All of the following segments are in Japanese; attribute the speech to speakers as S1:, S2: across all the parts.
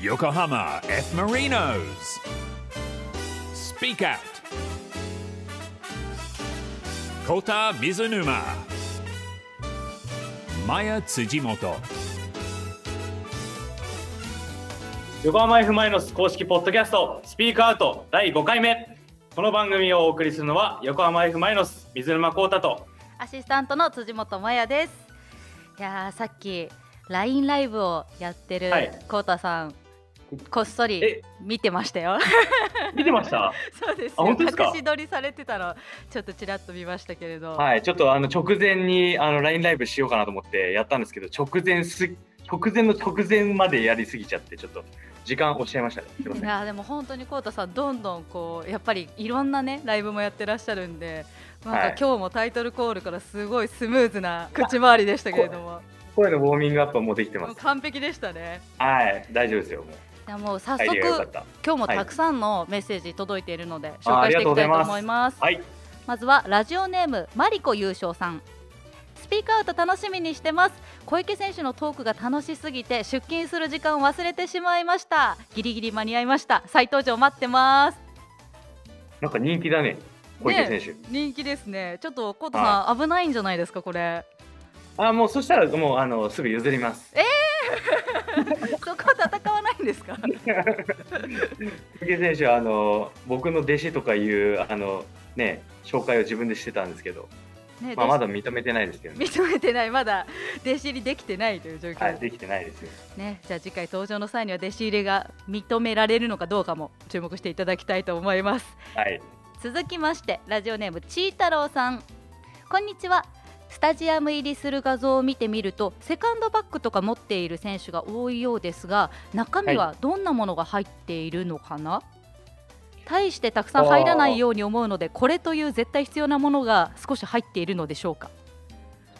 S1: Yokohama F. Marinos. Speak Out. Kota Mizunuma. Maya Tsujimoto.
S2: 横浜 F ・マイノス公式ポッドキャストスピークアウト第5回目この番組をお送りするのは横浜 F ・マイノス水沼孝太と
S3: アシスタントの辻本真也です。いやーさっき LINE ライブをやってる
S2: はい
S3: コウタさん、こっそり
S2: え
S3: 見てまし たよ。
S2: 見てました
S3: そうです
S2: あ
S3: よ。
S2: 本当ですか
S3: 隠し撮りされてたのちょっとちらっと見ましたけれど。
S2: はいちょっとあの直前にあの LINE ライブしようかなと思ってやったんですけど直前す直前の直前までやりすぎちゃってちょっと時間押しちゃいましたねすいま
S3: い
S2: せん
S3: やーでも本当にコウタさんどんどんこうやっぱりいろんなねライブもやってらっしゃるんでなんか
S2: はい
S3: 今日もタイトルコールからすごいスムーズな口回りでしたけれども
S2: 声のウォーミングアップはもうできてま
S3: もう
S2: す
S3: 完璧でしたね
S2: はい大丈夫ですよもう
S3: いやもう早
S2: アイ
S3: 速
S2: ディアが良かった
S3: 今日もたくさんのメッセージ届いているので紹介していきたいと思います。
S2: はい
S3: まずはラジオネームマリコ優勝さんスピークアウト楽しみにしてます小池選手のトークが楽しすぎて出勤する時間を忘れてしまいましたギリギリ間に合いました再登場待ってます
S2: なんか人気だね小池選手、
S3: 人気ですねちょっとコウタさん危ないんじゃないですかこ れ
S2: あもうそしたらもうあのすぐ譲ります
S3: そこは戦わないん ですか
S2: 小池選手はあの僕の弟子とかいうあの、ね、紹介を自分でしてたんですけど、
S3: ね
S2: まあ、まだ
S3: 弟
S2: 認めてないですけど
S3: 子
S2: ね、
S3: 認めてないまだ弟子入りできてないという状況、
S2: はい、できてないですよ
S3: ね、じゃあ次回登場の際には弟子入りが認められるのかどうかも注目していただきたいと思います
S2: はい、
S3: 続きましてラジオネームちーたろうさんこんにちはスタジアム入りする画像を見てみるとセカンドバッグとか持っている選手が多いようですが中身はどんなものが入っているのかな、大してたくさん入らないように思うのでこれという絶対必要なものが少し入っているのでしょうか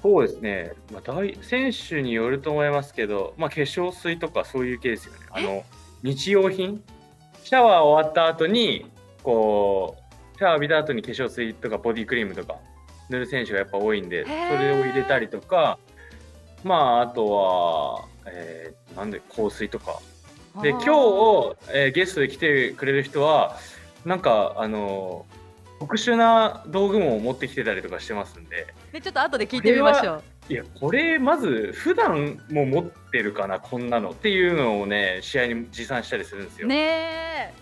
S2: そうですね、まあ、大選手によると思いますけど、まあ、化粧水とかそういう系ですよねあの日用品シャワー終わった後にこうシャワー浴びた後に化粧水とかボディクリームとか塗る選手がやっぱ多いんでそ
S3: ー
S2: れを入れたりとかまああとは、えーなんで香水とかで
S3: あ
S2: 今
S3: ー
S2: 日を、えーゲストで来てくれる人はなんかあの特殊な道具も持ってきてたりとかしてますんで
S3: でちょっと後で聞いてみましょう
S2: いやこれまず普段も持ってるかなこんなのっていうのをね試合に持参したりするんですよ。
S3: ねえ。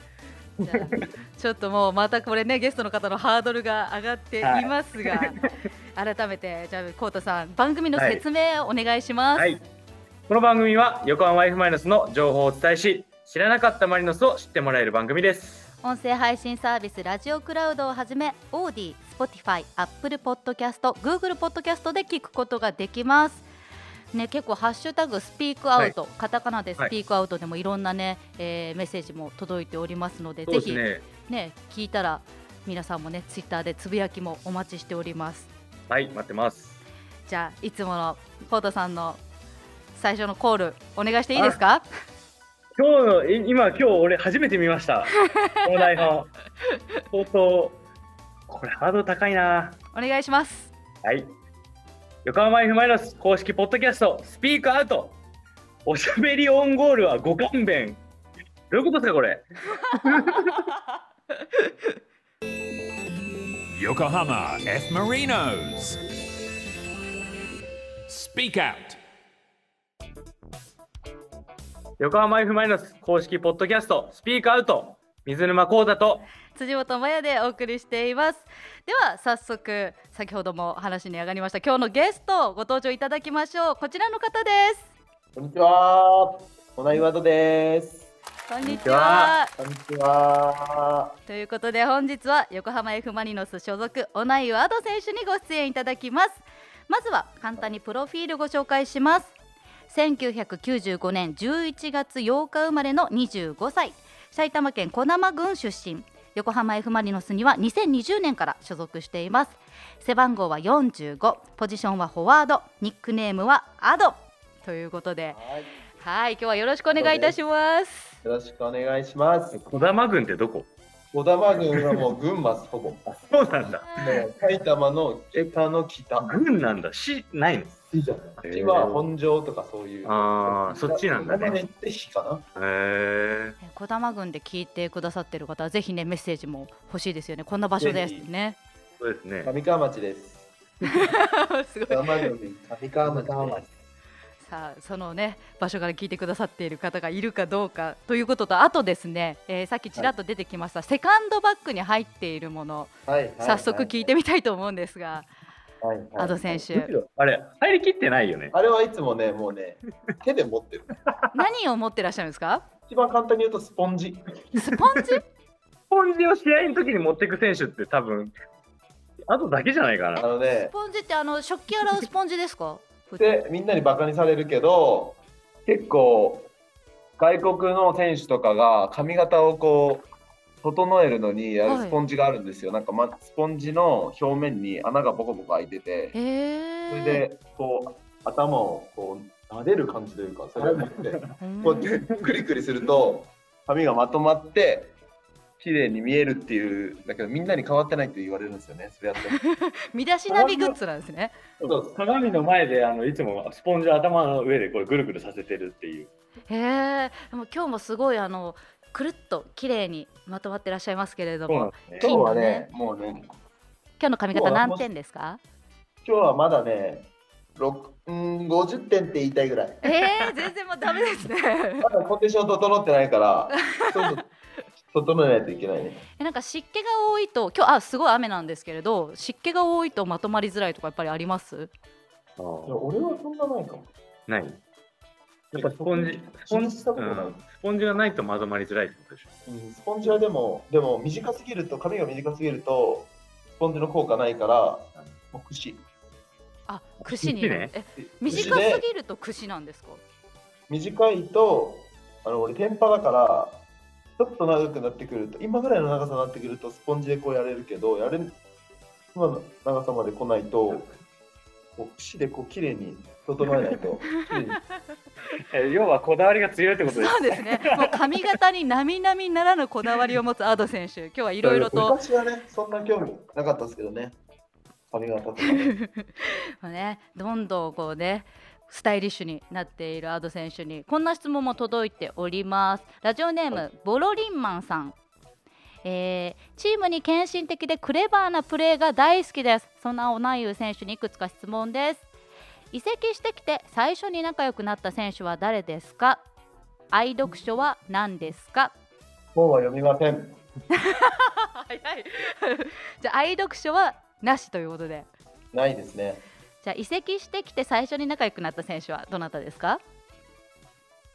S3: じゃあちょっともうまたこれねゲストの方のハードルが上がっています が、改めてじゃあコウタさん番組の説明をお願いします。
S2: はい、この番組は横浜 F ・マイノスの情報をお伝えし知らなかったマリノスを知ってもらえる番組です。
S3: 音声配信サービスラジオクラウドをはじめオーディ、Spotify、Apple Podcast、Google Podcast で聞くことができます。ね、結構ハッシュタグスピークアウト、カタカナでスピークアウトでもいろんなね、えーメッセージも届いておりますので
S2: そうで
S3: ぜ
S2: す
S3: ひ
S2: ね
S3: ね聞いたら皆さんもねツイッターでつぶやきもお待ちしております
S2: はい待ってます。
S3: じゃあいつものコートさんの最初のコールお願いしていいですか
S2: 今日のい今今日俺初めて見ましたこの台本相当これハードル高いな
S3: お願いします
S2: はい横浜 F ・マイノス公式ポッドキャストスピークアウトおしゃべりオンゴールはご勘弁どういうことですかこれ
S1: Yokohama F. Marinos. Speak Out.
S2: 横浜 F ・マイノス公式ポッドキャストスピークアウト水沼孝太と
S3: 辻本真也でお送りしていますでは早速先ほども話に上がりました今日のゲストご登場いただきましょうこちらの方です
S4: こんにちは。小田岩戸です。
S3: こんに
S2: こんに
S3: ち
S2: ち
S3: は
S2: は
S4: こんにちは。
S3: ということで本日は横浜 F ・マリノス所属オナイウアド選手にご出演いただきますまずは簡単にプロフィールご紹介します1995年11月8日生まれの25歳埼玉県小生郡出身横浜 F ・マリノスには2020年から所属しています背番号は45ポジションはフォワードニックネームはアドということで
S4: はい。
S3: はい今日はよろしくお願いいたします
S4: よろしくお願いします。
S2: 小玉軍ってどこ
S4: 小田間郡はもう群馬ほぼ。
S2: そうなんだ
S4: ね、埼玉の北の北。
S2: 軍なんだしないの
S4: 市いいじゃん。こっちは本庄とかそういう。
S2: あーそっちなんだね
S4: ここまで行って火かな。
S2: へえ
S3: え小玉郡で聞いてくださってる方はぜひねメッセージも欲しいですよねこんな場所ですね
S2: そうですね。
S4: 上川町です。
S3: すごい
S4: 上川町上川町です。
S3: さあそのね場所から聞いてくださっている方がいるかどうかということとあとですね、えーさっきちらっと出てきました、セカンドバッグに入っているもの
S4: はいはい。
S3: 早速聞いてみたいと思うんですが、
S4: はいはい
S3: アド選手
S4: むしろ
S2: あれ、入りきってないよね。
S4: あれはいつもね、もうね、手で持ってる。
S3: 何を持ってらっしゃるんですか
S4: 一番簡単に言うとスポンジ。
S3: スポンジ
S2: ポンジを試合の時に持ってく選手って多分、あとだけじゃないか
S4: あ
S2: な。
S4: の
S3: ス
S4: ね、
S3: ポンジってあの食器洗うスポンジですか
S4: でみんなにバカにされるけど、結構外国の選手とかが髪型をこう。整えるのにやる
S3: はい
S4: スポンジがあるんですよ、なんか、ま、スポンジの表面に穴がボコボコ開いて て
S3: へえ
S4: それでこう頭をこう撫でる感じというかそれを持ってこうやってクリクリすると髪がまとまって綺麗に見えるっていうだけどみんなに変わってないって言われるんですよねそれやってる
S3: 身だしなみグッズなんですね
S4: そう
S2: 鏡の前であのいつもスポンジを頭の上でこうぐるぐるさせてるっていう。
S3: へえでも今日もすごいあのくるっと綺麗にまとまってらっしゃいますけれど
S2: そうなん
S3: も
S2: ですね。
S4: 今日はねもうね
S3: 今日の髪型何点ですか
S4: 今日はまだね六うん50点って言いたいぐらい
S3: えー、全然もうダメです ね
S4: まだコンディション整ってないから ちょっと整えないといけないね
S3: えなんか湿気が多いと今日あすごい雨なんですけれど湿気が多いとまとまりづらいとかやっぱりあります
S2: あ
S4: いや
S2: ー
S4: 俺はそんなないかも
S2: ない。やっぱスポンジ、ス
S4: 気
S2: ポン
S4: に
S2: ジ
S4: したことない、
S2: うんスポンジがないとまとまりづらいってことでしょ。
S4: うんスポンジはでも、でも短すぎると、髪が短すぎると、スポンジの効果ないから、もう櫛。
S3: あ櫛に
S2: 櫛ね
S3: え
S4: 櫛
S3: 短す
S4: で
S3: ぎると櫛なんですか
S4: 短いと、あの俺、テンパだから、ちょっと長くなってくると、今ぐらいの長さになってくると、スポンジでこうやれるけど、やれ今の長さまで来ないと、こう櫛でこう綺麗に整えない と、綺麗に
S2: え要はこだわりが強いってことです。
S3: そうですねもう髪型に並々ならぬこだわりを持つアド選手今日はいろいろと
S4: 昔はね、そんな興味なかったですけどね、髪型と かね。
S3: まあね、どんどんこうねスタイリッシュになっているアド選手にこんな質問も届いておりますラジオネームボロリンマンさん、えーチームに献身的でクレバーなプレーが大好きですそんなオナイウ選手にいくつか質問です移籍してきて最初に仲良くなった選手は誰ですか愛読書は何ですか
S4: 本は読みません。
S3: 早い じゃあ愛読書はなしということで
S4: ないですね。
S3: じゃあ移籍してきて最初に仲良くなった選手はどなたですか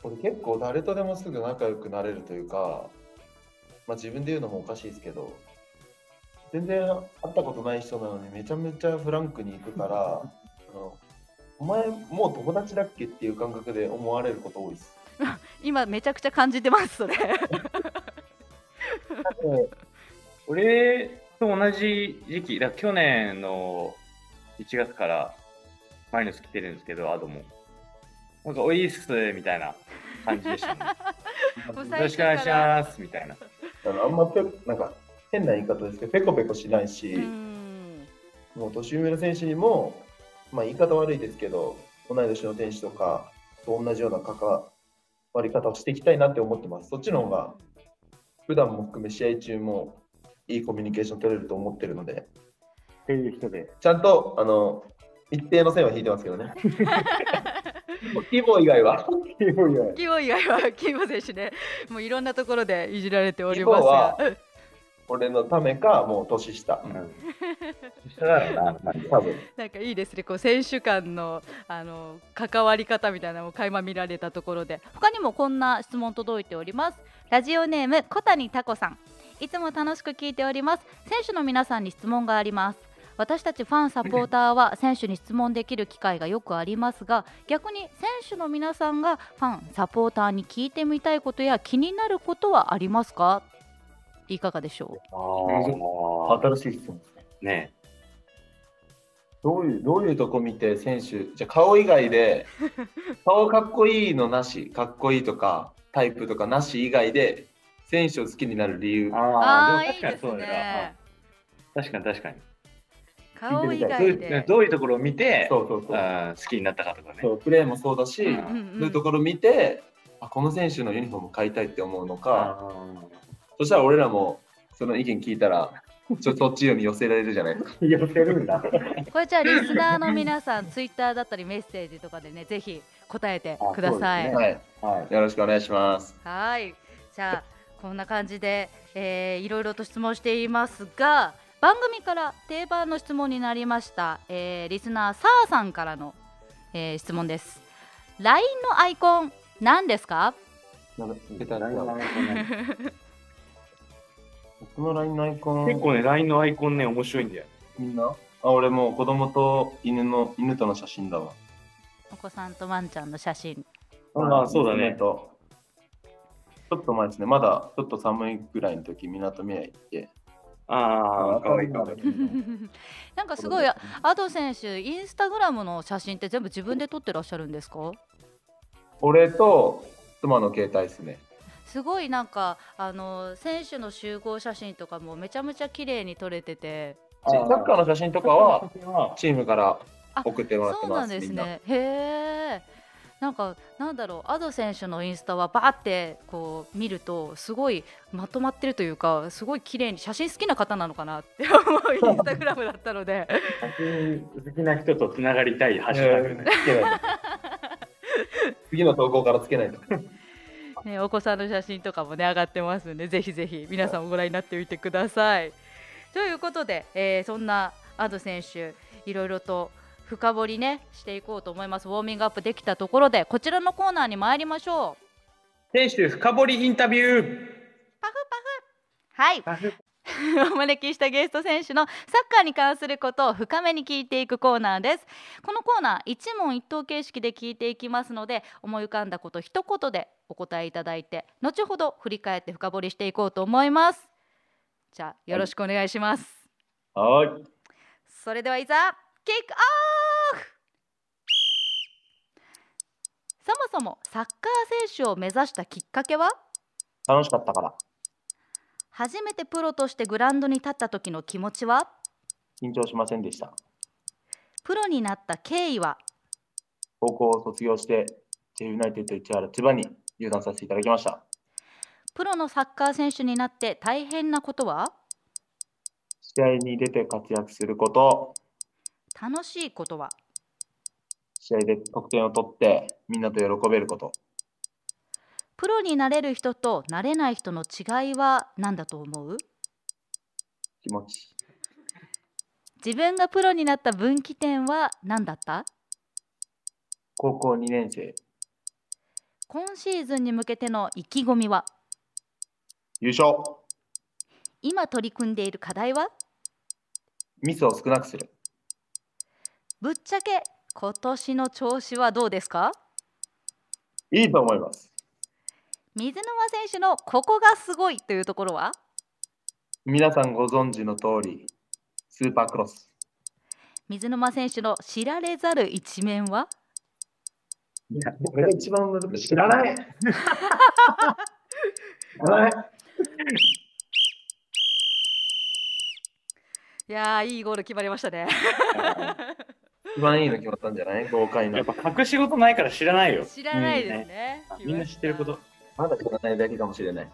S4: 俺結構誰とでもすぐ仲良くなれるというか、まあ、自分で言うのもおかしいですけど全然会ったことない人なのにめちゃめちゃフランクに行くから あのお前もう友達だっけっていう感覚で思われること多いです。
S3: 今めちゃくちゃ感じてますそれ
S2: 俺と同じ時期、だから去年の1月からマイナス来てるんですけど、アドも。なんか、おいっすみたいな感じでしたね。
S3: もう最初か
S2: よ
S3: ら
S2: ろしくお願いしますみたいな。
S4: あのあんまぺなんか変な言い方ですけどペコペコしないし、
S3: うん
S4: もう年上の選手にも、まあ、言い方悪いですけど同い年の選手とかと同じような関わり方をしていきたいなって思ってます。そっちの方が普段も含め試合中もいいコミュニケーション取れると思ってるので、
S2: っていう人で。
S4: ちゃんとあの一定の線は引いてますけ どね。規模以外は。
S3: キモ以外はキモ選手ねもういろんなところでいじられており
S4: 規模
S3: ますが
S4: は俺のためか、もう年下。うん
S2: 一緒だろうな、あの感じ。
S4: 多分
S3: なんかいいですねこう選手間のあの関わり方みたいなのを垣間見られたところで他にもこんな質問届いておりますラジオネーム小谷タコさんいつも楽しく聞いております選手の皆さんに質問があります私たちファンサポーターは選手に質問できる機会がよくありますが逆に選手の皆さんがファンサポーターに聞いてみたいことや気になることはありますかいかがでしょう
S2: ああ。
S4: 新しい質問ですね。
S2: ね
S4: どういう、どういうとこ見て選手、じゃあ顔以外 で、顔かっこいいのなし、かっこいいとか、タイプとかなし以外で、選手を好きになる理由。
S2: ああ、
S3: ー
S2: でも確かにそうだよな。確かに確かに。
S3: 顔以
S2: どう
S3: 外
S2: いう
S3: で。
S2: どういうところを見て
S4: そうそうそう
S2: あー好きになったかとかね
S4: そうプレーもそうだし、
S2: う
S3: うんうん
S4: そういうところ見てあこの選手のユニフォーム買いたいって思うのか、
S2: あ
S4: そしたら俺らもその意見聞いたらちょそっちより寄せられるじゃないですか
S2: ー寄せるんだ
S3: これじゃあリスナーの皆さん、ツイッターだったりメッセージとかでね、ぜひ答えてください。
S2: あそうですね
S4: は い
S2: はい
S4: よろしくお願いします
S3: はい、じゃあこんな感じで、えーいろいろと質問していますが番組から定番の質問になりました、えーリスナーサーさんからの、えー質問です LINE のアイコン何ですか
S4: なんかベタだな
S2: 結
S4: 僕の LINE のアイコン
S2: 構ね LINE のアイコンね面白いんだよ
S4: みんなあ俺もう子供と犬の犬との写真だわ
S3: お子さんとワンちゃんの 写真
S2: ああそうだね
S4: 娘とちょっと前ですねまだちょっと寒いぐらいの時みなとみらい行って
S2: ああかわいいかわいい
S3: なんかすごいアド選手インスタグラムの写真って全部自分で撮ってらっしゃるんですか
S4: 俺と妻の携帯ですね
S3: すごいなんかあの選手の集合写真とかもめちゃめちゃ綺麗に撮れてて
S4: サッカーの写真とかは
S2: は
S4: チームから送ってもらって
S3: そうな
S4: ます
S3: んです
S4: みんな
S3: ね。へえ。なんかなんだろうアド選手のインスタはバーってこう見るとすごいまとまってるというかすごい綺麗に写真好きな方なのかなって思うインスタグラムだったので
S2: 写真好きな人とつながりたいハッシュタグね
S4: つけないと 次の投稿からつけないと
S3: ね、お子さんの写真とかもね上がってますんでぜひぜひ皆さんもご覧になってみてください。ということで、えーそんなアド選手いろいろと深掘りねしていこうと思いますウォーミングアップできたところでこちらのコーナーに参りましょう。
S2: 選手深掘りインタビュ
S3: はい
S2: ー
S3: お招きしたゲスト選手のサッカーに関することを深めに聞いていくコーナーですこのコーナー一問一答形式で聞いていきますので思い浮かんだこと一言でお答えいただいて後ほど振り返って深掘りしていこうと思いますじゃあよろしくお願いします、
S4: はい
S3: それではいざキックオフそもそもサッカー選手を目指したきっかけは
S4: 楽しかったから
S3: 初めてプロとしてグラウンドに立った時の気持ちは
S4: 緊張しませんでした
S3: プロになった経緯は
S4: 高校を卒業してジェフユナイテッド市原千葉に入団させていただきました
S3: プロのサッカー選手になって大変なことは
S4: 試合に出て活躍すること
S3: 楽しいことは
S4: 試合で得点を取ってみんなと喜べること
S3: プロになれる人となれない人の違いは何だと思う
S4: 気持ち
S3: 自分がプロになった分岐点は何だった
S4: 高校2年生
S3: 今シーズンに向けての意気込みは
S4: 優勝
S3: 今取り組んでいる課題は
S4: ミスを少なくする
S3: ぶっちゃけ今年の調子はどうですか
S4: いいと思います
S3: 水沼選手のここがすごいというところは
S4: 皆さんご存知の通りスーパークロス
S3: 水沼選手の知られざる一面は
S2: いや
S4: これが一番難しい
S2: 知らない
S3: いやーいいゴール決まりましたね
S4: 一番いいの決まったんじゃない豪快な
S2: やっぱ隠し事ないから知らないよ
S3: 知らないですね、
S2: うんみんな知ってること
S4: まだ知らないだけかもしれない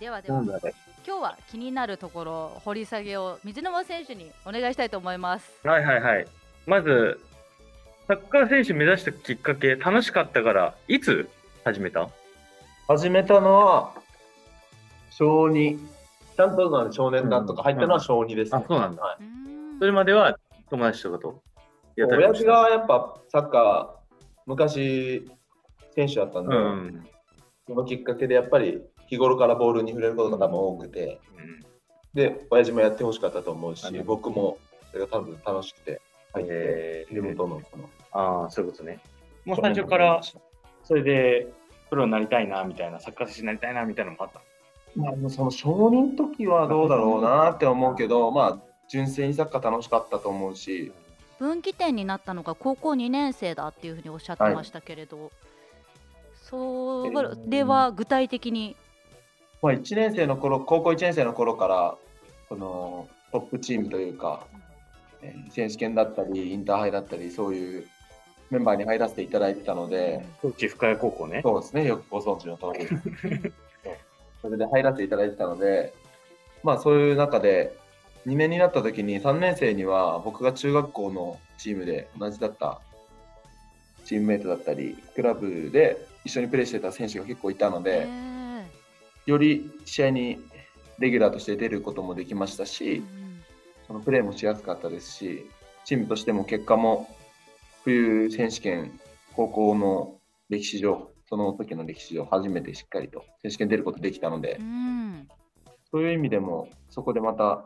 S3: ではでは
S4: だね
S3: 今日は気になるところ掘り下げを水沼選手にお願いしたいと思います
S2: はいはいはい。まず、サッカー選手目指したきっかけ、楽しかったから、いつ始めた
S4: 始めたのは小2ちゃんとな少年団とか入ったのは小2です、ね
S2: うんあそうなんだ
S4: はいう
S3: ーん
S2: それまでは友達とかとやったり
S4: 親
S2: もし
S4: 父
S2: た
S4: がやっぱサッカー昔選手だったんで、
S2: うん。
S4: そのきっかけでやっぱり日頃からボールに触れることが多分多くて、で親父もやってほしかったと思うし、
S2: うん
S4: 僕もそれが多分楽しくて入って、
S2: え
S4: リモートのその
S2: ああ、そういうことね。もう最初から、それで、プロになりたいな、みたいな、サッカー選手になりたいな、みたいなのもあった。
S4: まあ、その少年の時はどうだろうなって思うけど、まあ、純粋にサッカー楽しかったと思うし、
S3: 分岐点になったのが高校2年生だっていうふうにおっしゃってましたけれど、それは具体的に、
S4: まあ、1年生の頃高校1年生の頃からそのトップチームというかね、選手権だったり、インターハイだったり、そういうメンバーに入らせていただいてたので、
S2: 高知深谷高校ね。
S4: そうですね、よくご存知の通りそうそれで入らせていただいてたので、まあそういう中で、2年になった時に3年生には僕が中学校のチームで同じだったチームメイトだったり、クラブで一緒にプレーしてた選手が結構いたので、
S3: え
S4: より試合にレギュラーとして出ることもできました
S3: え
S4: し、そのプレーもしやすかったですし、チームとしても結果も冬選手権、高校の歴史上、その時の歴史上、初めてしっかりと選手権出ることできたので、
S3: うん
S4: そういう意味でも、そこでまた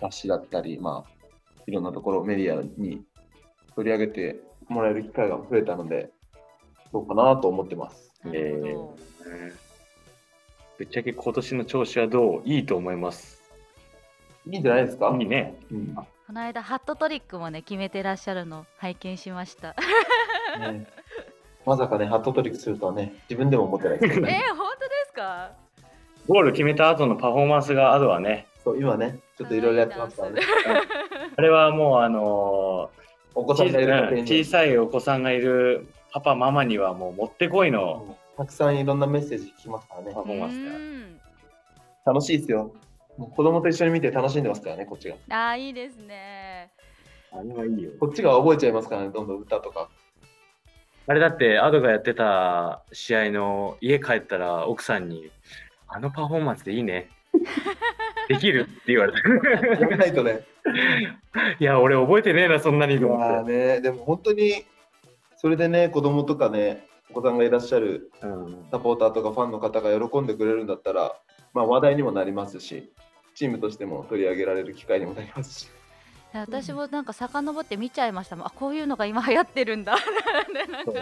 S4: 雑誌だったり、まあ、いろんなところ、メディアに取り上げてもらえる機会が増えたので、どうかなと思ってます。
S3: なるほど
S2: うんぶっちゃけ今年の調子はどういいと思います。
S4: いいんじゃないですか、
S2: いいね。
S4: うん
S3: この間ハットトリックもね決めてらっしゃるの拝見しました。
S4: ねまさかね、ハットトリックするとはね、自分でも思ってないですけ
S3: えー
S4: どね、
S3: 本当ですか？
S2: ゴール決めた後のパフォーマンスがあとはね、
S4: そう今ね、ちょっといろいろやってますからね。
S2: あれはもうあの
S4: お
S2: ー
S4: 子さんがいる
S2: うん
S4: 家
S2: 小
S4: 庭
S2: さいお子さんがいるパパママにはもうもってこいの
S4: にたくさんいろんなメッセージ聞きますからね
S2: パ。フォーマンスだよ。
S3: うん
S4: 楽しいですよ。もう子供と一緒に見て楽しんでますからね、こっちが。
S3: あーいいですね。
S2: あれはいいよ。
S4: こっちが覚えちゃいますからね、どんどん歌とか。
S2: あれだって、アドがやってた試合の家帰ったら奥さんに、あのパフォーマンスでいいね。 できるって言われ
S4: や
S2: た。
S4: めないとね。
S2: いや、俺覚えてねえな、そんなにと思
S4: まあ
S2: っ
S4: ね、でも本当に、それでね、子供とかね、お子さんがいらっしゃる
S2: て。うん
S4: サポーターとかファンの方が喜んでくれるんだったら、まあ話題にもなりますし、チームとしても取り上げられる機会にもなりますし。
S3: 私もなんか遡って見ちゃいましたもん。あこういうのが今流行ってるんだ。
S2: そう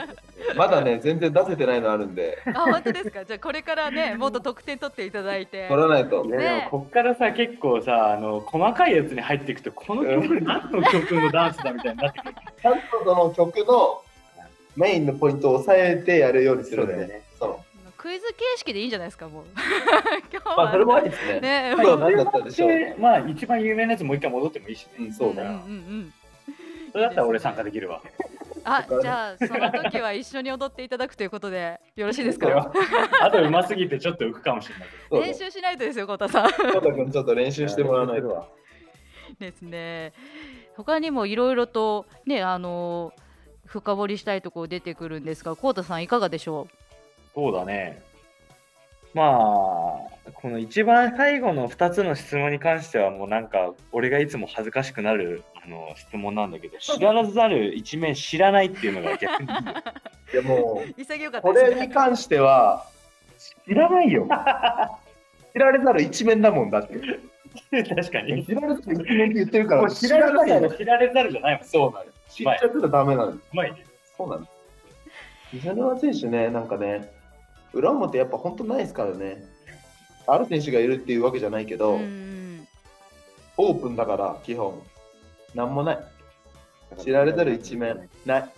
S4: まだね、全然出せてないのあるん で、
S3: あ本当ですか。じゃあこれからねもっと得点取っていただいて。
S4: 取らないと。
S2: いや
S3: ね
S2: でもこっからさ結構さあの細かいやつに入っていくとこの曲何の曲のダンスだみたいになってくる
S4: ちゃんとその曲のメインのポイントを抑えてやるようにするんで、ね、そう
S3: クイズ形式でいいんじゃないですか もう。今日は
S4: まあそれもありですね。
S3: ね。
S4: 今日は何だったでしょう。
S2: でまあ一番有名なやつもう一回戻ってもいいし
S4: う
S2: ね
S4: ん、そうね。
S3: んうんうん
S2: それだったら俺参加できるわ
S3: あ、じゃあその時は一緒に踊っていただくということでよろしいです
S2: それ
S3: か
S2: は。あとうますぎてちょっと浮くかもしれないけ
S4: そう
S3: 練
S4: ね。
S3: 習しないとですよ、コタさん。
S4: 翔太君ちょっと練習してもらわないと。
S3: ですね。他にもいろいろとね、あの深掘りしたいところ出てくるんですが、コタさんいかがでしょ
S2: どそうだねまあこの一番最後の2つの質問に関してはもうなんか俺がいつも恥ずかしくなるあの質問なんだけど知らざる一面知らないっていうのが逆 に
S4: いやもう
S3: う。潔かっ
S4: こ
S3: たです
S4: れ
S3: ね。
S4: に関しては
S2: 知らないよ
S4: 知られざる一面だもんだって。
S2: 確かに
S4: 知られざる一面って言ってるか
S2: もう
S4: ら
S2: 知られざ
S4: の
S2: る知られざるじゃないもん
S4: そうなの。知っちゃったらダメなの。
S2: うまいね
S4: そうなの。ミサヌワ選手ね、なんかね、裏表やっぱ本当ないですからね。ある選手がいるっていうわけじゃないけど。
S3: うん
S4: オープンだから基本なんもない知られざる一面ない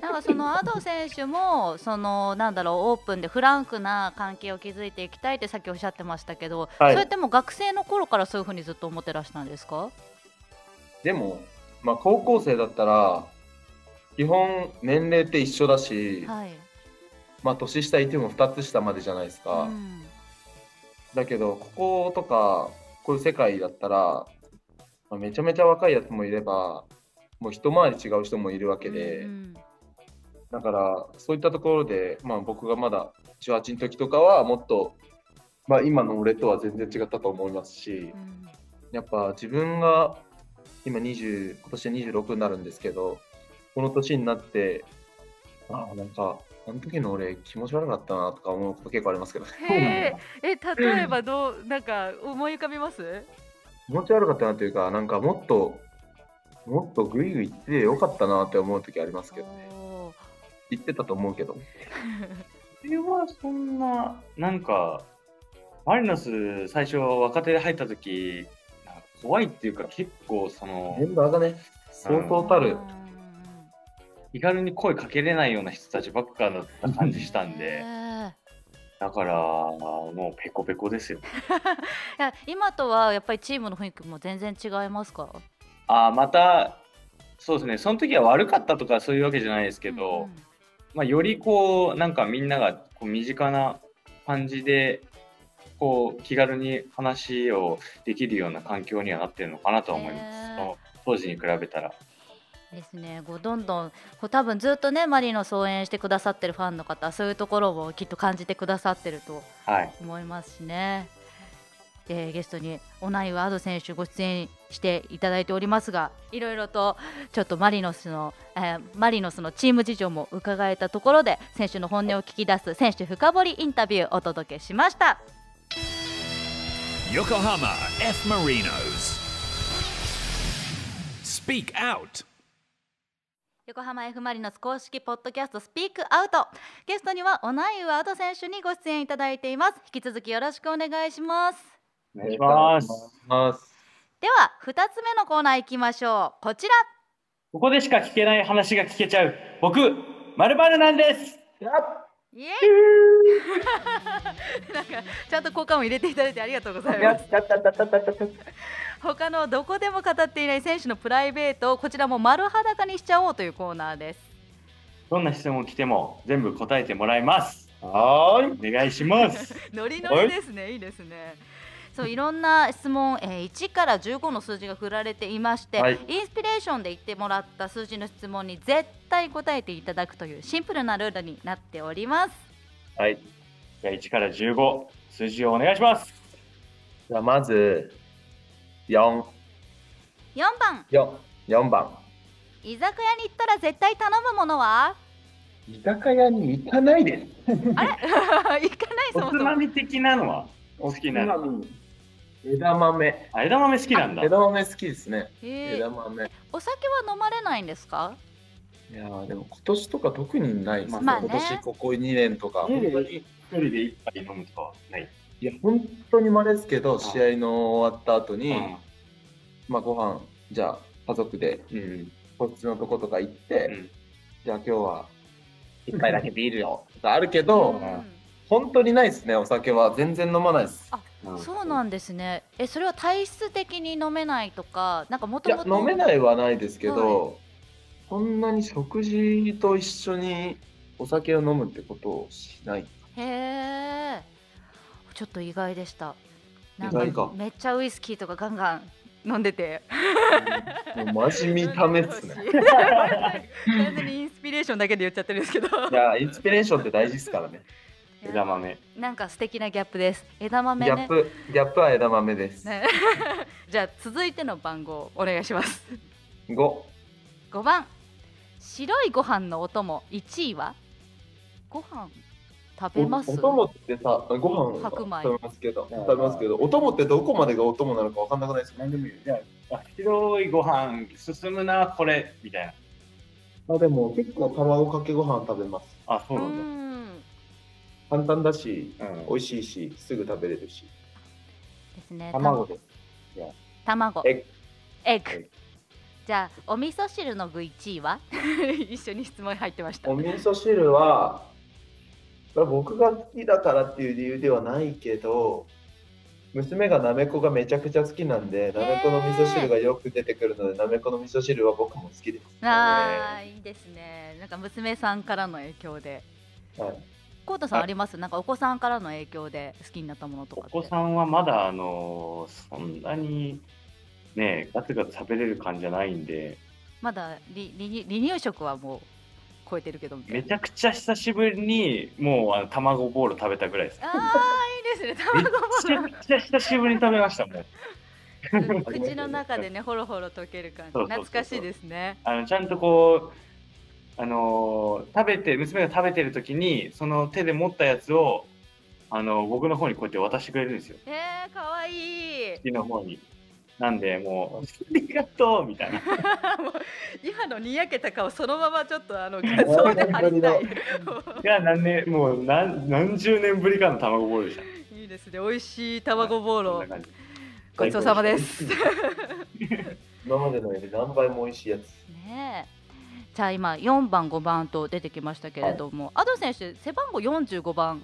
S3: なんかそのアド選手もそのなんだろうオープンでフランクな関係を築いていきたいってさっきおっしゃってましたけど、
S4: はい
S3: それってもう学生の頃からそういうふうにずっと思ってらしたんですか？
S4: でも、まあ、高校生だったら基本年齢って一緒だし、
S3: はい。
S4: まあ、年下いても2つ下までじゃないですか、
S3: うん
S4: だけどこことかこういう世界だったら、まあめちゃめちゃ若いやつもいればもう一回り違う人もいるわけで、
S3: うん
S4: だからそういったところで、まあ、僕がまだ18の時とかはもっと、まあ、今の俺とは全然違ったと思いますし、
S3: うんうん
S4: やっぱ自分が今20今年で26になるんですけどこの年になってああなんかあの時の俺気持ち悪かったなとか思うこと結構ありますけど
S3: へえ、え、例えばどう、なんか思い浮かびます。
S4: 気持ち悪かったなというかなんかもっともっとグイグイ行ってよかったなって思う時ありますけどね
S3: おー
S4: 言ってたと思うけど
S2: それはそんななんかマリノス最初若手で入った時なんか怖いっていうか結構その
S4: メンバーがねそうそうたる
S2: 気軽に声かけれないような人たちばっかだった感じしたん
S3: へ
S2: で
S3: ーい
S2: だからもうペコペコですよ
S3: や今とはやっぱりチームの雰囲気も全然違いますか。
S2: あーまたそうですねその時は悪かったとかそういうわけじゃないですけど、
S3: うんうん
S2: まあ、よりこうなんかみんながこう身近な感じでこう気軽に話をできるような環境にはなってるのかなとは思います、
S3: へー
S2: その当時に比べたら
S3: ですね、こうどんどんこう多分ずっとねマリノスを応援してくださってるファンの方そういうところもきっと感じてくださってると
S2: はい
S3: 思いますしね、えーゲストにオナイワード選手ご出演していただいておりますがいろいろとちょっとマリノスの、えーマリノスのチーム事情も伺えたところで選手の本音を聞き出す選手深掘りインタビューお届けしました。
S1: Yokohama F Marinos. Speak Out.
S3: 横浜 F ・マリノス公式ポッドキャストスピークアウトゲストにはオナイウアウト選手にご出演いただいています引き続きよろしくお願いします
S2: お願いします
S4: ます。
S3: では2つ目のコーナー行きましょうこちら
S2: ここでしか聞けない話が聞けちゃう僕まるまるなんです
S3: イエイなんかちゃんと効果も入れていただいてありがとうございます他のどこでも語っていない選手のプライベートをこちらも丸裸にしちゃおうというコーナーです
S2: どんな質問来ても全部答えてもらいます
S4: はーい。
S2: お願いし ます
S3: ノリノリですね、いいですね。そういろんな質問、えー、1から15の数字が振られていまして、
S2: はい
S3: インスピレーションで言ってもらった数字の質問に絶対答えていただくというシンプルなルールになっております。
S2: はいじゃあ1から15数字をお願いします
S4: じゃあまず四
S3: 4番、
S4: 四四番。
S3: 居酒屋に行ったら絶対頼むものは
S4: 居酒屋に行かないです。
S3: 行かないそ
S2: おつ
S3: もそ
S2: ま
S3: も。
S2: み的なのは好きなの
S4: 枝豆。
S2: あ枝豆好きなんだ
S4: 枝豆好きですね。
S3: え
S4: 枝
S3: ー、
S4: 豆。
S3: お酒は飲まれないんですか
S4: いやーでも今年とか特にないですね。
S3: まあね
S4: 今年ここ2年とか。
S2: 家で
S4: 本当に
S2: 一人で一杯飲むとかはない。
S4: いや本当にまれですけど、試合の終わった後に、
S2: う
S4: まあご飯じゃあ家族で
S2: ん。
S4: こっちのとことか行って、
S2: うん
S4: じゃあ今日は一杯だけビールをとかあるけど、
S2: ん
S4: 本当にないですねお酒は全然飲まないです。
S3: うんそうなんですね。え、それは体質的に飲めないとか、なんかも
S4: い
S3: と
S4: や
S3: もと
S4: 飲めないはないですけど、こんなに食事と一緒にお酒を飲むってことをし ない。
S3: へえ。ちょっと意外でした。なん
S4: 意外
S3: か
S4: か
S3: めっちゃウイスキーとかガンガン飲んでて。
S4: もうマジ見た目ですね。
S3: 飲んでほしい。完全にインスピレーションだけで言っちゃってるんですけど。
S4: いやインスピレーションって大事ですからね。
S2: 枝豆。
S3: なんか素敵なギャップです。枝豆
S4: ギャッ
S3: ね。
S4: プギャップは枝豆です。
S3: ね じゃあ続いての番号お願いします。
S4: 五
S3: 5番白いご飯のお供1位はご飯食べます
S4: おお供ってさご飯は
S3: 白米
S4: 食べますけど食べますけどお供ってどこまでがお供なのかわかんなくないですか。
S2: 何でもいい。じゃあ、白いご飯進むな、これ、みたいな。
S4: あでも結構卵かけご飯食べます。
S2: あ、そうう
S3: ー
S2: なん
S3: ん
S4: 簡単だし
S2: だ。うん
S4: 美味しいしすぐ食べれるし。
S3: ですね。
S4: 卵です。
S3: 卵
S4: エ
S3: エッグ
S4: エッ
S3: じゃあお味噌汁の具1位は 一緒に質問入ってました
S4: お味噌汁はこれ僕が好きだからっていう理由ではないけど娘がなめこがめちゃくちゃ好きなんでなめこの味噌汁がよく出てくるのでなめこの味噌汁は僕も好きです。
S3: あーいいですねなんか娘さんからの影響で
S4: はい
S3: コウタさん
S2: あ
S3: ありますなんかお子さんからの影響で好きになったものと
S2: お
S3: かって
S2: 子さんはまだ、あのー、そんなに、ね、ガツガツ食べれる感じじゃないんで、
S3: まだ離離乳離乳食はもう超えてるけどみたい
S2: め
S3: な
S2: ちゃくちゃ久しぶりに、もう、あの卵ボール食べたぐらい です。
S3: あー いいですね
S2: め
S3: 卵
S2: ちゃくちゃ久しぶりに食べましたもん。
S3: も口の中でねほろほろ溶ける感じ
S2: そうそうそう
S3: 懐かしいですね
S2: あのちゃんとこう、あのー食べて娘が食べてる時にその手で持ったやつを、あの僕の方にこうやって渡してくれるんですよ
S3: えー、かわ いい
S2: 口の方になんでもう「ありがとう」みたいな
S3: もう今のにやけた顔そのままちょっとあ の画像で貼りたい
S2: が何年もう何何十年ぶりかの卵ボールでした
S3: いいですね美味しい卵ボー
S2: そ
S3: ロ
S2: んな感じ
S3: ごちそうさまです
S4: 今までのより何倍も美味しいやつ。
S3: ねえじゃあ今4番5番と出てきましたけれども、アド選手背番号45番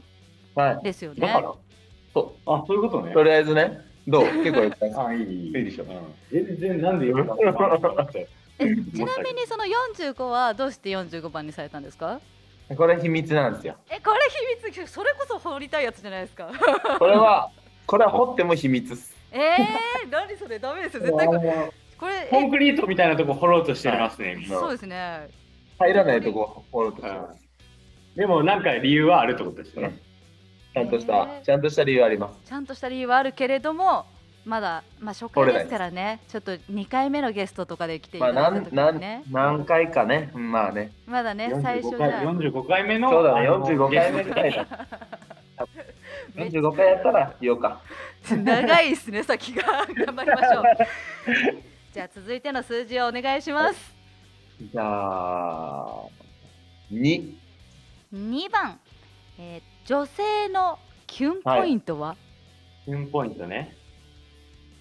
S4: はい。
S3: ですよ
S4: だ
S3: ね
S4: から、そ
S2: あそういうこと
S4: う
S2: ね
S4: とりあえずね、 どう結構よくな
S5: あ、
S4: い
S5: いい。い
S4: いいでしょ
S5: 全然なんでよかったのかなって
S3: え
S5: 思ったけ
S3: ち
S5: ど
S3: なみにその45はどうして45番にされたんですか
S4: これ秘密なんですよ。
S3: えこれ秘密それこそ掘りたいやつじゃないですか
S4: これ は、これは掘っても秘密っす。
S3: えー、 何それダメですよ絶対これこれ
S2: コン
S3: え
S2: クリートみたいなとこ掘ろうとしてますね。今
S3: そうですね
S4: 入らないとこ掘ろうとしてます。
S2: でもなんか理由はあるってことですね。
S4: ちゃんとし
S3: へー
S4: た、ちゃんとした理由あります。
S3: ちゃんとした理由はあるけれどもまだ、まあ、初回ですからねちょっと2回目のゲストとかで来てい
S4: まあ、
S3: ただ
S4: な
S3: た
S4: いん、
S3: 時
S4: な
S3: に
S4: ん
S3: ね、
S4: 何回かね、うんまあね。
S3: まだね最初
S5: 45
S3: じゃ
S5: 回
S3: あ
S5: 45回目の
S4: そうだね、
S5: あの
S4: 45回目ぐらい だ。45回やったら言おうか。
S3: 長いですね先が頑張りましょうじゃあ続いての数字をお願いします
S4: じゃあ、2。
S3: 2番、えー女性のキュンポイントは、
S2: キュンポイントね。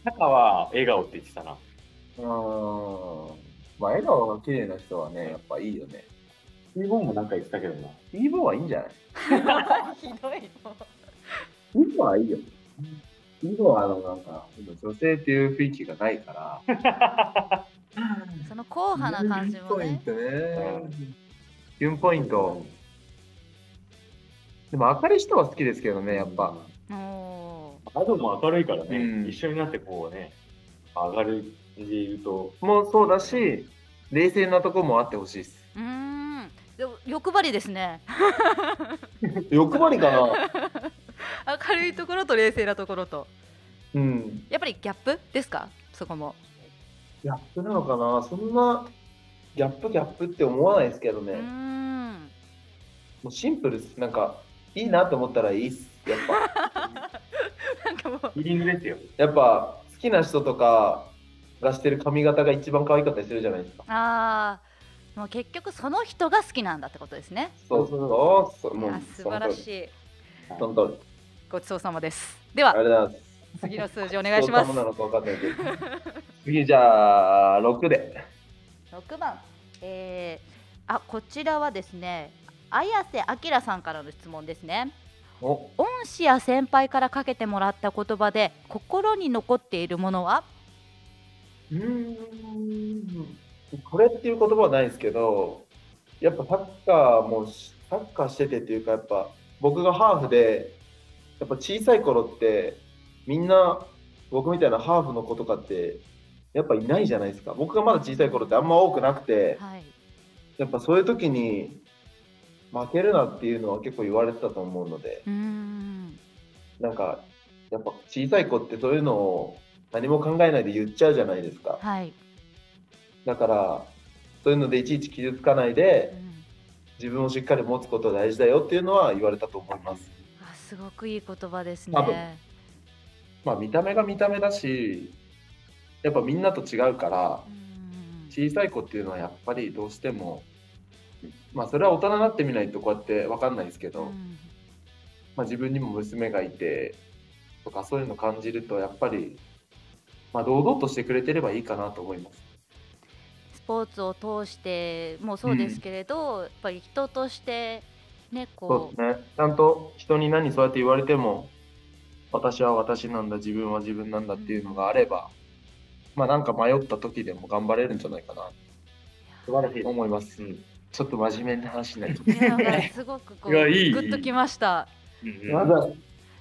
S2: タカは笑顔って言ってたな。
S4: うーん。まあ、笑顔が綺麗な人はね、やっぱいいよね。
S5: 45もなんか言ってたけどな。
S4: イボはいいんじゃない
S3: ひどいの
S4: イボはいいよ。イボはあの、なんか、女性っていう雰囲気がないから。
S3: その硬派な感じもね
S4: キュンポイントね。キュンポイント。でも明るい人は好きですけどね、やっぱ。
S3: お
S5: アドも明るいからね、
S4: うん
S5: 一緒になってこうね、上がる感じで言うと、
S4: もうそうだし、冷静なとこもあってほしいです。
S3: ーうーんでも欲張りですね
S4: 欲張りかな
S3: 明るいところと冷静なところと
S4: うん。
S3: やっぱりギャップですかそこも
S4: ギャップなのかなそんな、ギャップギャップって思わないですけどね。
S3: うーん
S4: もうシンプルです。なんか、いいなと思ったらいいっす。やっぱ。
S3: なんかもう
S5: フィーリングですよ。
S4: やっぱ、好きな人とかがしてる髪型が一番可愛かったりするじゃないですか。
S3: ああもう結局その人が好きなんだってことですね
S4: そうそうそうそう。もう
S3: あ素晴らし
S4: い。
S3: い
S4: その通り。
S3: ごちそうさまですで
S4: あ
S3: は
S4: れだ。
S3: 次の数字お願いします
S4: どう頼むなのか分かんないけど。次じゃあ、6で。
S3: 6番、えー、あこちらはですね綾瀬明さんからの質問ですね
S4: お
S3: 恩師や先輩からかけてもらった言葉で心に残っているものは
S4: うーん。これっていう言葉はないですけど、やっぱサッカーもし、サッカーしててっていうか、やっぱ僕がハーフで、やっぱ小さい頃って、みんな僕みたいなハーフの子とかって、やっぱいないじゃないですか。僕がまだ小さい頃ってあんま多くなくて、
S3: はい
S4: やっぱそういう時に負けるなっていうのは結構言われてたと思うので、
S3: うーん
S4: なんか、やっぱ小さい子ってそういうのを何も考えないで言っちゃうじゃないですか。
S3: はい、
S4: だから、そういうのでいちいち傷つかないうで、
S3: ん、
S4: 自分をしっかり持つことが大事だよっていうのは言われたと思います。
S3: あすごくいい言葉です
S4: 多分
S3: ね
S4: まあ、見た目が見た目だし、やっぱみんなと違うから
S3: う、ん
S4: 小さい子っていうのはやっぱりどうしても、まあ、それは大人になってみないとこうやって分かんないですけ
S3: う
S4: ど、
S3: ん
S4: まあ、自分にも娘がいてとかそういうの感じるとやっぱり、まあ、堂々としてくれてればいいかなと思います。
S3: スポーツを通してもそうですけれど、やっぱり人としてね
S4: そ
S3: こう
S4: うですね。ちゃんと人に何そうやって言われても、私は私なんだ、自分は自分なんだっていうのがあれば、まあなんか迷った時でも頑張れるんじゃないかな
S5: 素晴らしい
S4: と。思います。
S5: うん
S4: ちょっと真面目な話になり
S3: いやなんかすごくこう
S2: いやいい
S3: グッときました
S4: まだ、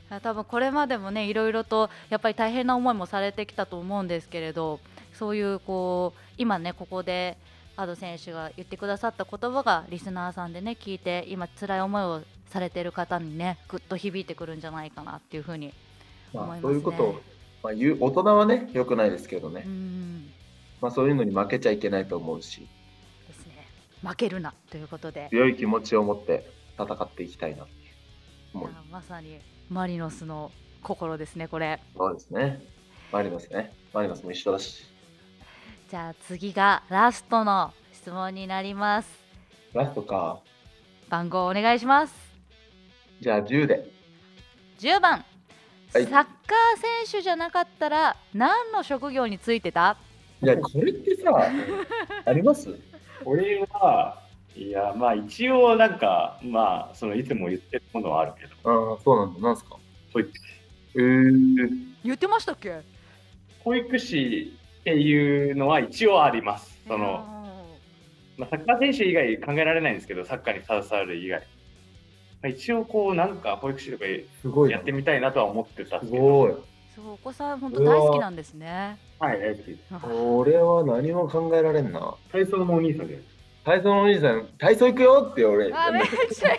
S3: あ多分これまでもねいろいろとやっぱり大変な思いもされてきたと思うんですけれどそういうこう今ねここでアド選手が言ってくださった言葉がリスナーさんでね聞いて今辛い思いをされてる方にねぐっと響いてくるんじゃないかなっていうふうに思いますね
S4: まあ、そういうことを、まあ、言う大人はね、良くないですけどね
S3: う、ん
S4: まあそういうのに負けちゃいけないと思うし、
S3: ですね負けるなということで
S4: 強い気持ちを持って戦っていきたいなって
S3: い
S4: 思う
S3: や。まさにマリノスの心ですねこれ
S4: そうですね。マリノスね。マリノスも一緒だし。
S3: じゃあ次がラストの質問になります
S4: ラストか。
S3: 番号お願いします
S4: じゃあ10で。
S3: 10番、
S4: はい
S3: サッカー選手じゃなかったら何の職業についてた
S4: いや、これってさ、あります
S5: 俺は、いや、まあ一応なんか、まあ、そのいつも言ってるものはあるけど、
S4: ああ、そうなんだ。なんすか
S5: 保育士
S2: えー
S3: 言ってましたっけ
S2: 保育士っていうのは一応あります。その、まあ、サッカー選手以外考えられないんですけど、サッカーに携わる以外。まあ一応こうなんか保育士とか
S5: すご
S2: やってみたいなとは思ってたんですけど、
S5: ごい。
S3: そうお子さん本当大好きなんですね
S2: はい、大好きです
S4: 俺は何も考えられんな。
S5: 体操のお兄さんじゃない
S4: 体操のお兄さん、体操行くよって俺、
S3: あめっちゃいい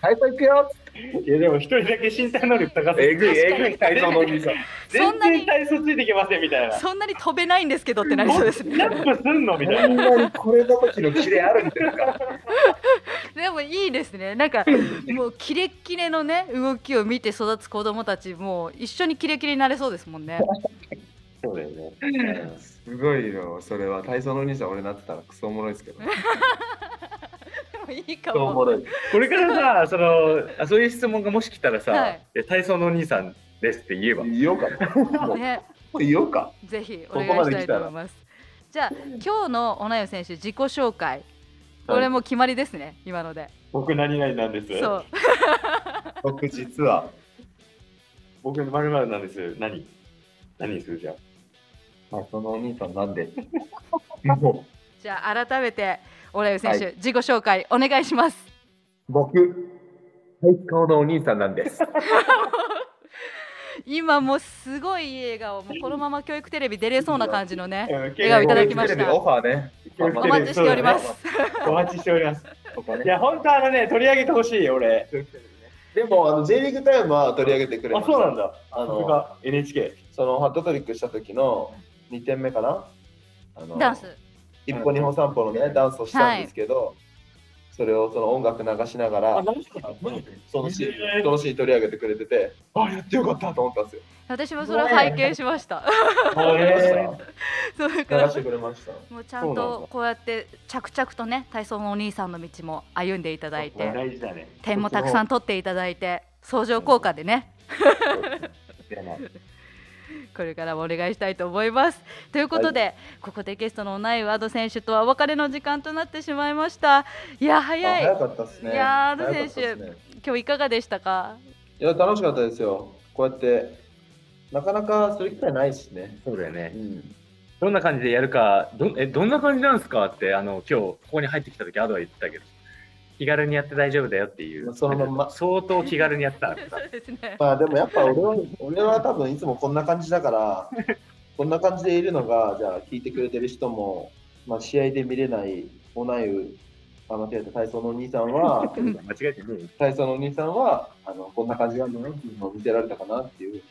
S4: 体操行くよって
S2: いやでも一人だけ身体能力高すぎて
S4: えぐい、えぐい体操のお兄さん。
S3: そ
S2: 全
S3: んな
S2: 然
S3: に
S2: 体操ついてきませんみたいな。
S3: そんなに飛べないんですけどってなりそうですね
S2: ジャンプすんのみた
S4: ほ
S2: い
S4: ん
S2: な。
S4: まにこれだ時のキレあるみたいな。
S3: でもいいですねなんかもうキレッキレのね動きを見て育つ子供たちもう一緒にキレッキレになれそうですもんね
S5: そうだよね。
S4: すごいよ、それは。体操のお兄さん、俺なってたらクソおもろいですけど。
S3: でもいいか
S4: クソおも
S3: も
S4: ろい。
S2: これから さ、そのあそういう質問がもし来たらさ、
S3: はい
S2: いや体操のお兄さんですって言えば。
S4: 言おうかな。も
S3: ね
S4: う言おうか。
S3: ぜひお
S4: こ
S3: 願
S4: こま
S3: いし
S4: で
S3: たい
S4: 来
S3: と
S4: たら
S3: 思いますじゃあ今日のオナヨ選手自己紹介これもう決まりですね今ので
S5: 僕何々なんです。
S3: そう
S4: 僕実は、
S5: 僕まるまるなんです。何？何するじゃん。
S4: 体操のお兄さんなんで。もう、
S3: じゃあ改めてオラユ選手、自己紹介お願いします。
S4: 僕、体操のお兄さんなんです。
S3: 今もうすごいいい笑顔、もうこのまま教育テレビ出れそうな感じのね。
S5: 笑
S3: 顔いただきました
S4: テレビオファーね。
S5: お
S3: お待ちしております。
S5: お待ちしております。
S4: ここね
S5: いや本当あのね取り上げてほしい俺。
S4: でもあの J リーグタイムは取り上げてくれま
S5: あ
S4: した
S5: そうなんだ。
S4: あ
S5: さす
S4: の
S5: が NHK。
S4: そのハットトリックした時の2点目かなあの
S3: ダンス。
S4: 一歩二歩三歩のねダンスをしたんですけど、それをその音楽流しながらそのシーンそのシーン取り上げてくれててあやってよかったと思ったんですよ
S3: 私もそれを拝見しました。 そうだか
S4: 流
S3: ら
S4: してくれました
S3: もうちゃんとこうやって着々とね体操のお兄さんの道も歩んでいただいて、
S5: 大事だね。
S3: 点もたくさん取っていただいて、相乗効果でね。これからもお願いしたいと思います。ということで、ここでゲストのナイワード選手とはお別れの時間となってしまいました。いや早い。
S4: あ早かったですね
S3: いやー
S4: 早かったっすね
S3: アド選今日いかがでしたか。
S4: いや楽しかったですよこうやってなかなかする機会ないしね
S2: そうだよね
S4: う。ん
S2: どんな感じでやるか、どえどんな感じなんですかってあの今日ここに入ってきた時アドは言ってたけど、気軽にやって大丈夫だよっていう。
S4: そのまんま
S2: 相当気軽にやってたから。
S3: うですね。
S4: まあでもやっぱ俺は俺は多分いつもこんな感じだからこんな感じでいるのがじゃあ聞いてくれてる人も、まあ、試合で見れないオナユあ間違えた体操のお兄さん は
S2: 間違えてねえよ。
S4: 体操のお兄さんはあのこんな感じなんだなっていうのを見せられたかなっていう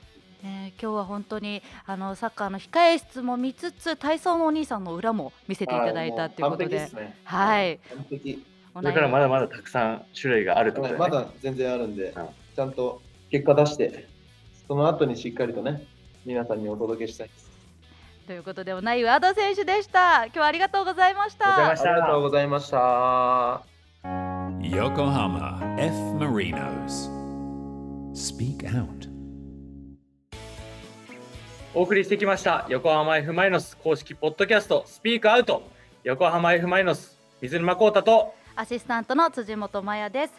S3: ね今日は本当にあのサッカーの控え室も見つつ体操のお兄さんの裏も見せていただいたということで
S4: あもう完璧っす、ね
S3: はい、
S4: 完璧
S3: お
S2: これからまだまだたくさん種類があるってこと
S4: はい
S2: だよ
S4: ま
S2: ね。
S4: だ全然あるんで
S2: うん
S4: ちゃんと結果出してその後にしっかりとね皆さんにお届けしたいです
S3: ということでお内ワード選手でした。今日はありがとうございました。
S2: ありがとうございま
S4: あ
S2: し
S4: り
S2: た
S4: がとうございました
S1: Yokohama F. Marinos. Speak out.
S2: お送りしてきました横浜 F マイノス公式ポッドキャストスピークアウト横浜 F マイノス水沼孝太と
S3: アシスタントの辻本麻也です。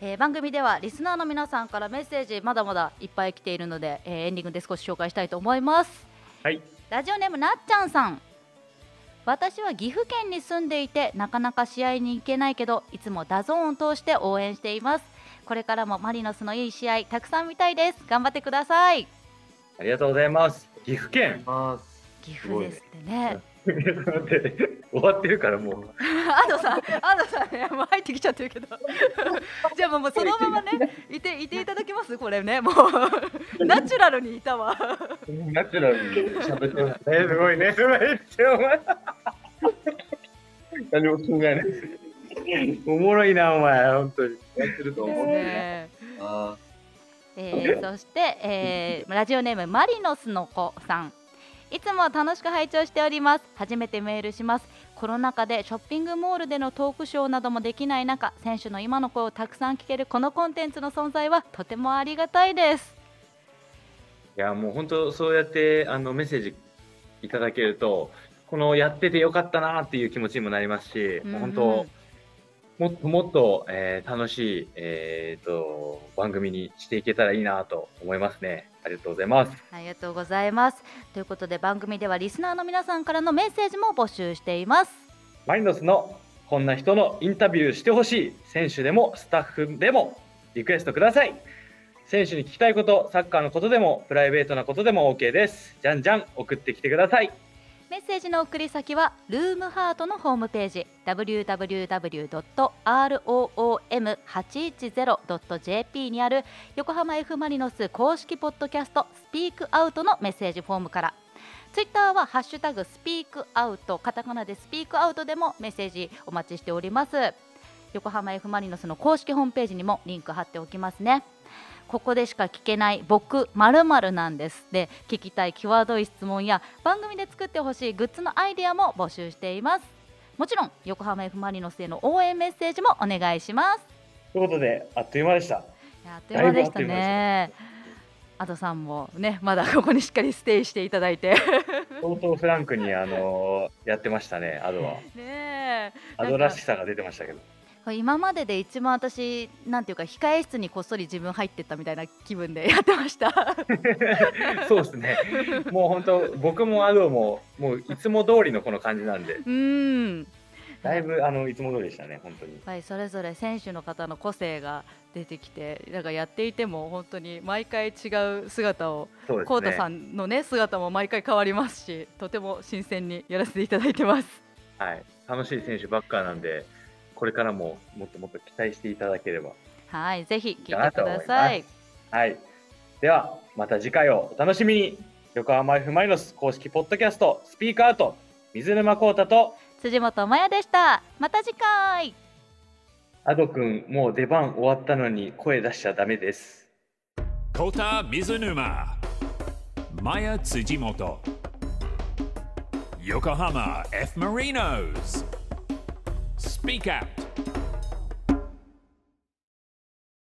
S3: えー番組ではリスナーの皆さんからメッセージまだまだいっぱい来ているので、えーエンディングで少し紹介したいと思います。
S2: はい
S3: ラジオネームなっちゃんさん私は岐阜県に住んでいてなかなか試合に行けないけどいつもダゾーンを通して応援していますこれからもマリノスのいい試合たくさん見たいです頑張ってください
S2: ありがとうございます岐阜県
S3: 岐阜ですってね
S2: ちょっと待って 終わってるからもう
S3: アドさんアドさんねもう入ってきちゃってるけどじゃあもうもうそのままねいていていただきますこれねもうナチュラルにいたわ
S4: ナチュラルに喋ってます
S2: えすごいねす ごいってお前
S4: 何も考えない
S2: おもろいなお前本当に
S4: やってると思う
S3: ね
S4: あ
S3: えーそして、えーラジオネームマリノスの子さんいつも楽しく拝聴しております初めてメールしますコロナ禍でショッピングモールでのトークショーなどもできない中選手の今の声をたくさん聞けるこのコンテンツの存在はとてもありがたいです
S2: いやもう本当そうやってあのメッセージいただけるとこのやっててよかったなっていう気持ちにもなりますし、もう本
S3: うんう
S2: 当
S3: ん
S2: もっともっと、えー楽しい、えー、と番組にしていけたらいいなと思いますね。ありがとうございます。
S3: ありがとうございます。ということで番組ではリスナーの皆さんからのメッセージも募集しています。
S2: マリノスのこんな人のインタビューしてほしい選手でもスタッフでもリクエストください選手に聞きたいことサッカーのことでもプライベートなことでも OK ですじゃんじゃん送ってきてください
S3: メッセージの送り先はルームハートのホームページ www.room810.jp にある横浜 F ・マリノス公式ポッドキャストスピークアウトのメッセージフォームからツイッターはハッシュタグスピークアウトカタカナでスピークアウトでもメッセージお待ちしております横浜 F ・マリノスの公式ホームページにもリンク貼っておきますねここでしか聞けない僕まるまるなんですで聞きたい際どい質問や番組で作ってほしいグッズのアイデアも募集していますもちろん横浜 F ・マリノスへの応援メッセージもお願いします
S2: ということであっという間でした
S3: いやあっという間でした
S2: だい
S3: ねアドさんもねまだここにしっかりステイしていただい て
S2: 相当フランクにあのやってましたねアドは
S3: ねえ
S2: アドらしさが出てましたけど
S3: これ今までで一番私なんていうか控え室にこっそり自分入ってったみたいな気分でやってました
S2: そうですねもう本当僕もアドももういつも通りのこの感じ なんで
S3: うん
S2: だいぶあのいつも通りでしたね本当に
S3: やっぱりそれぞれ選手の方の個性が出てきてなんかやっていても本当に毎回違う姿を
S2: そうですね
S3: コウタさんのね姿も毎回変わりますしとても新鮮にやらせていただいてます
S2: はい、楽しい選手ばっかなんで、これからももっともっと期待していただければ。
S3: はいぜひ聞いて
S2: いいかな
S3: く
S2: と思い
S3: だ
S2: ます
S3: さい
S2: はい、では、また次回をお楽しみに。横浜 F ・マイノス公式ポッドキャスト、スピークアウト、水沼宏太と、
S3: 辻本麻也でしたまた次回
S2: アド君、もう出番終わったのに声出しちゃダメです。
S1: Kota Mizunuma, Maya Tsujimoto, Yokohama F Marinos. Speak out.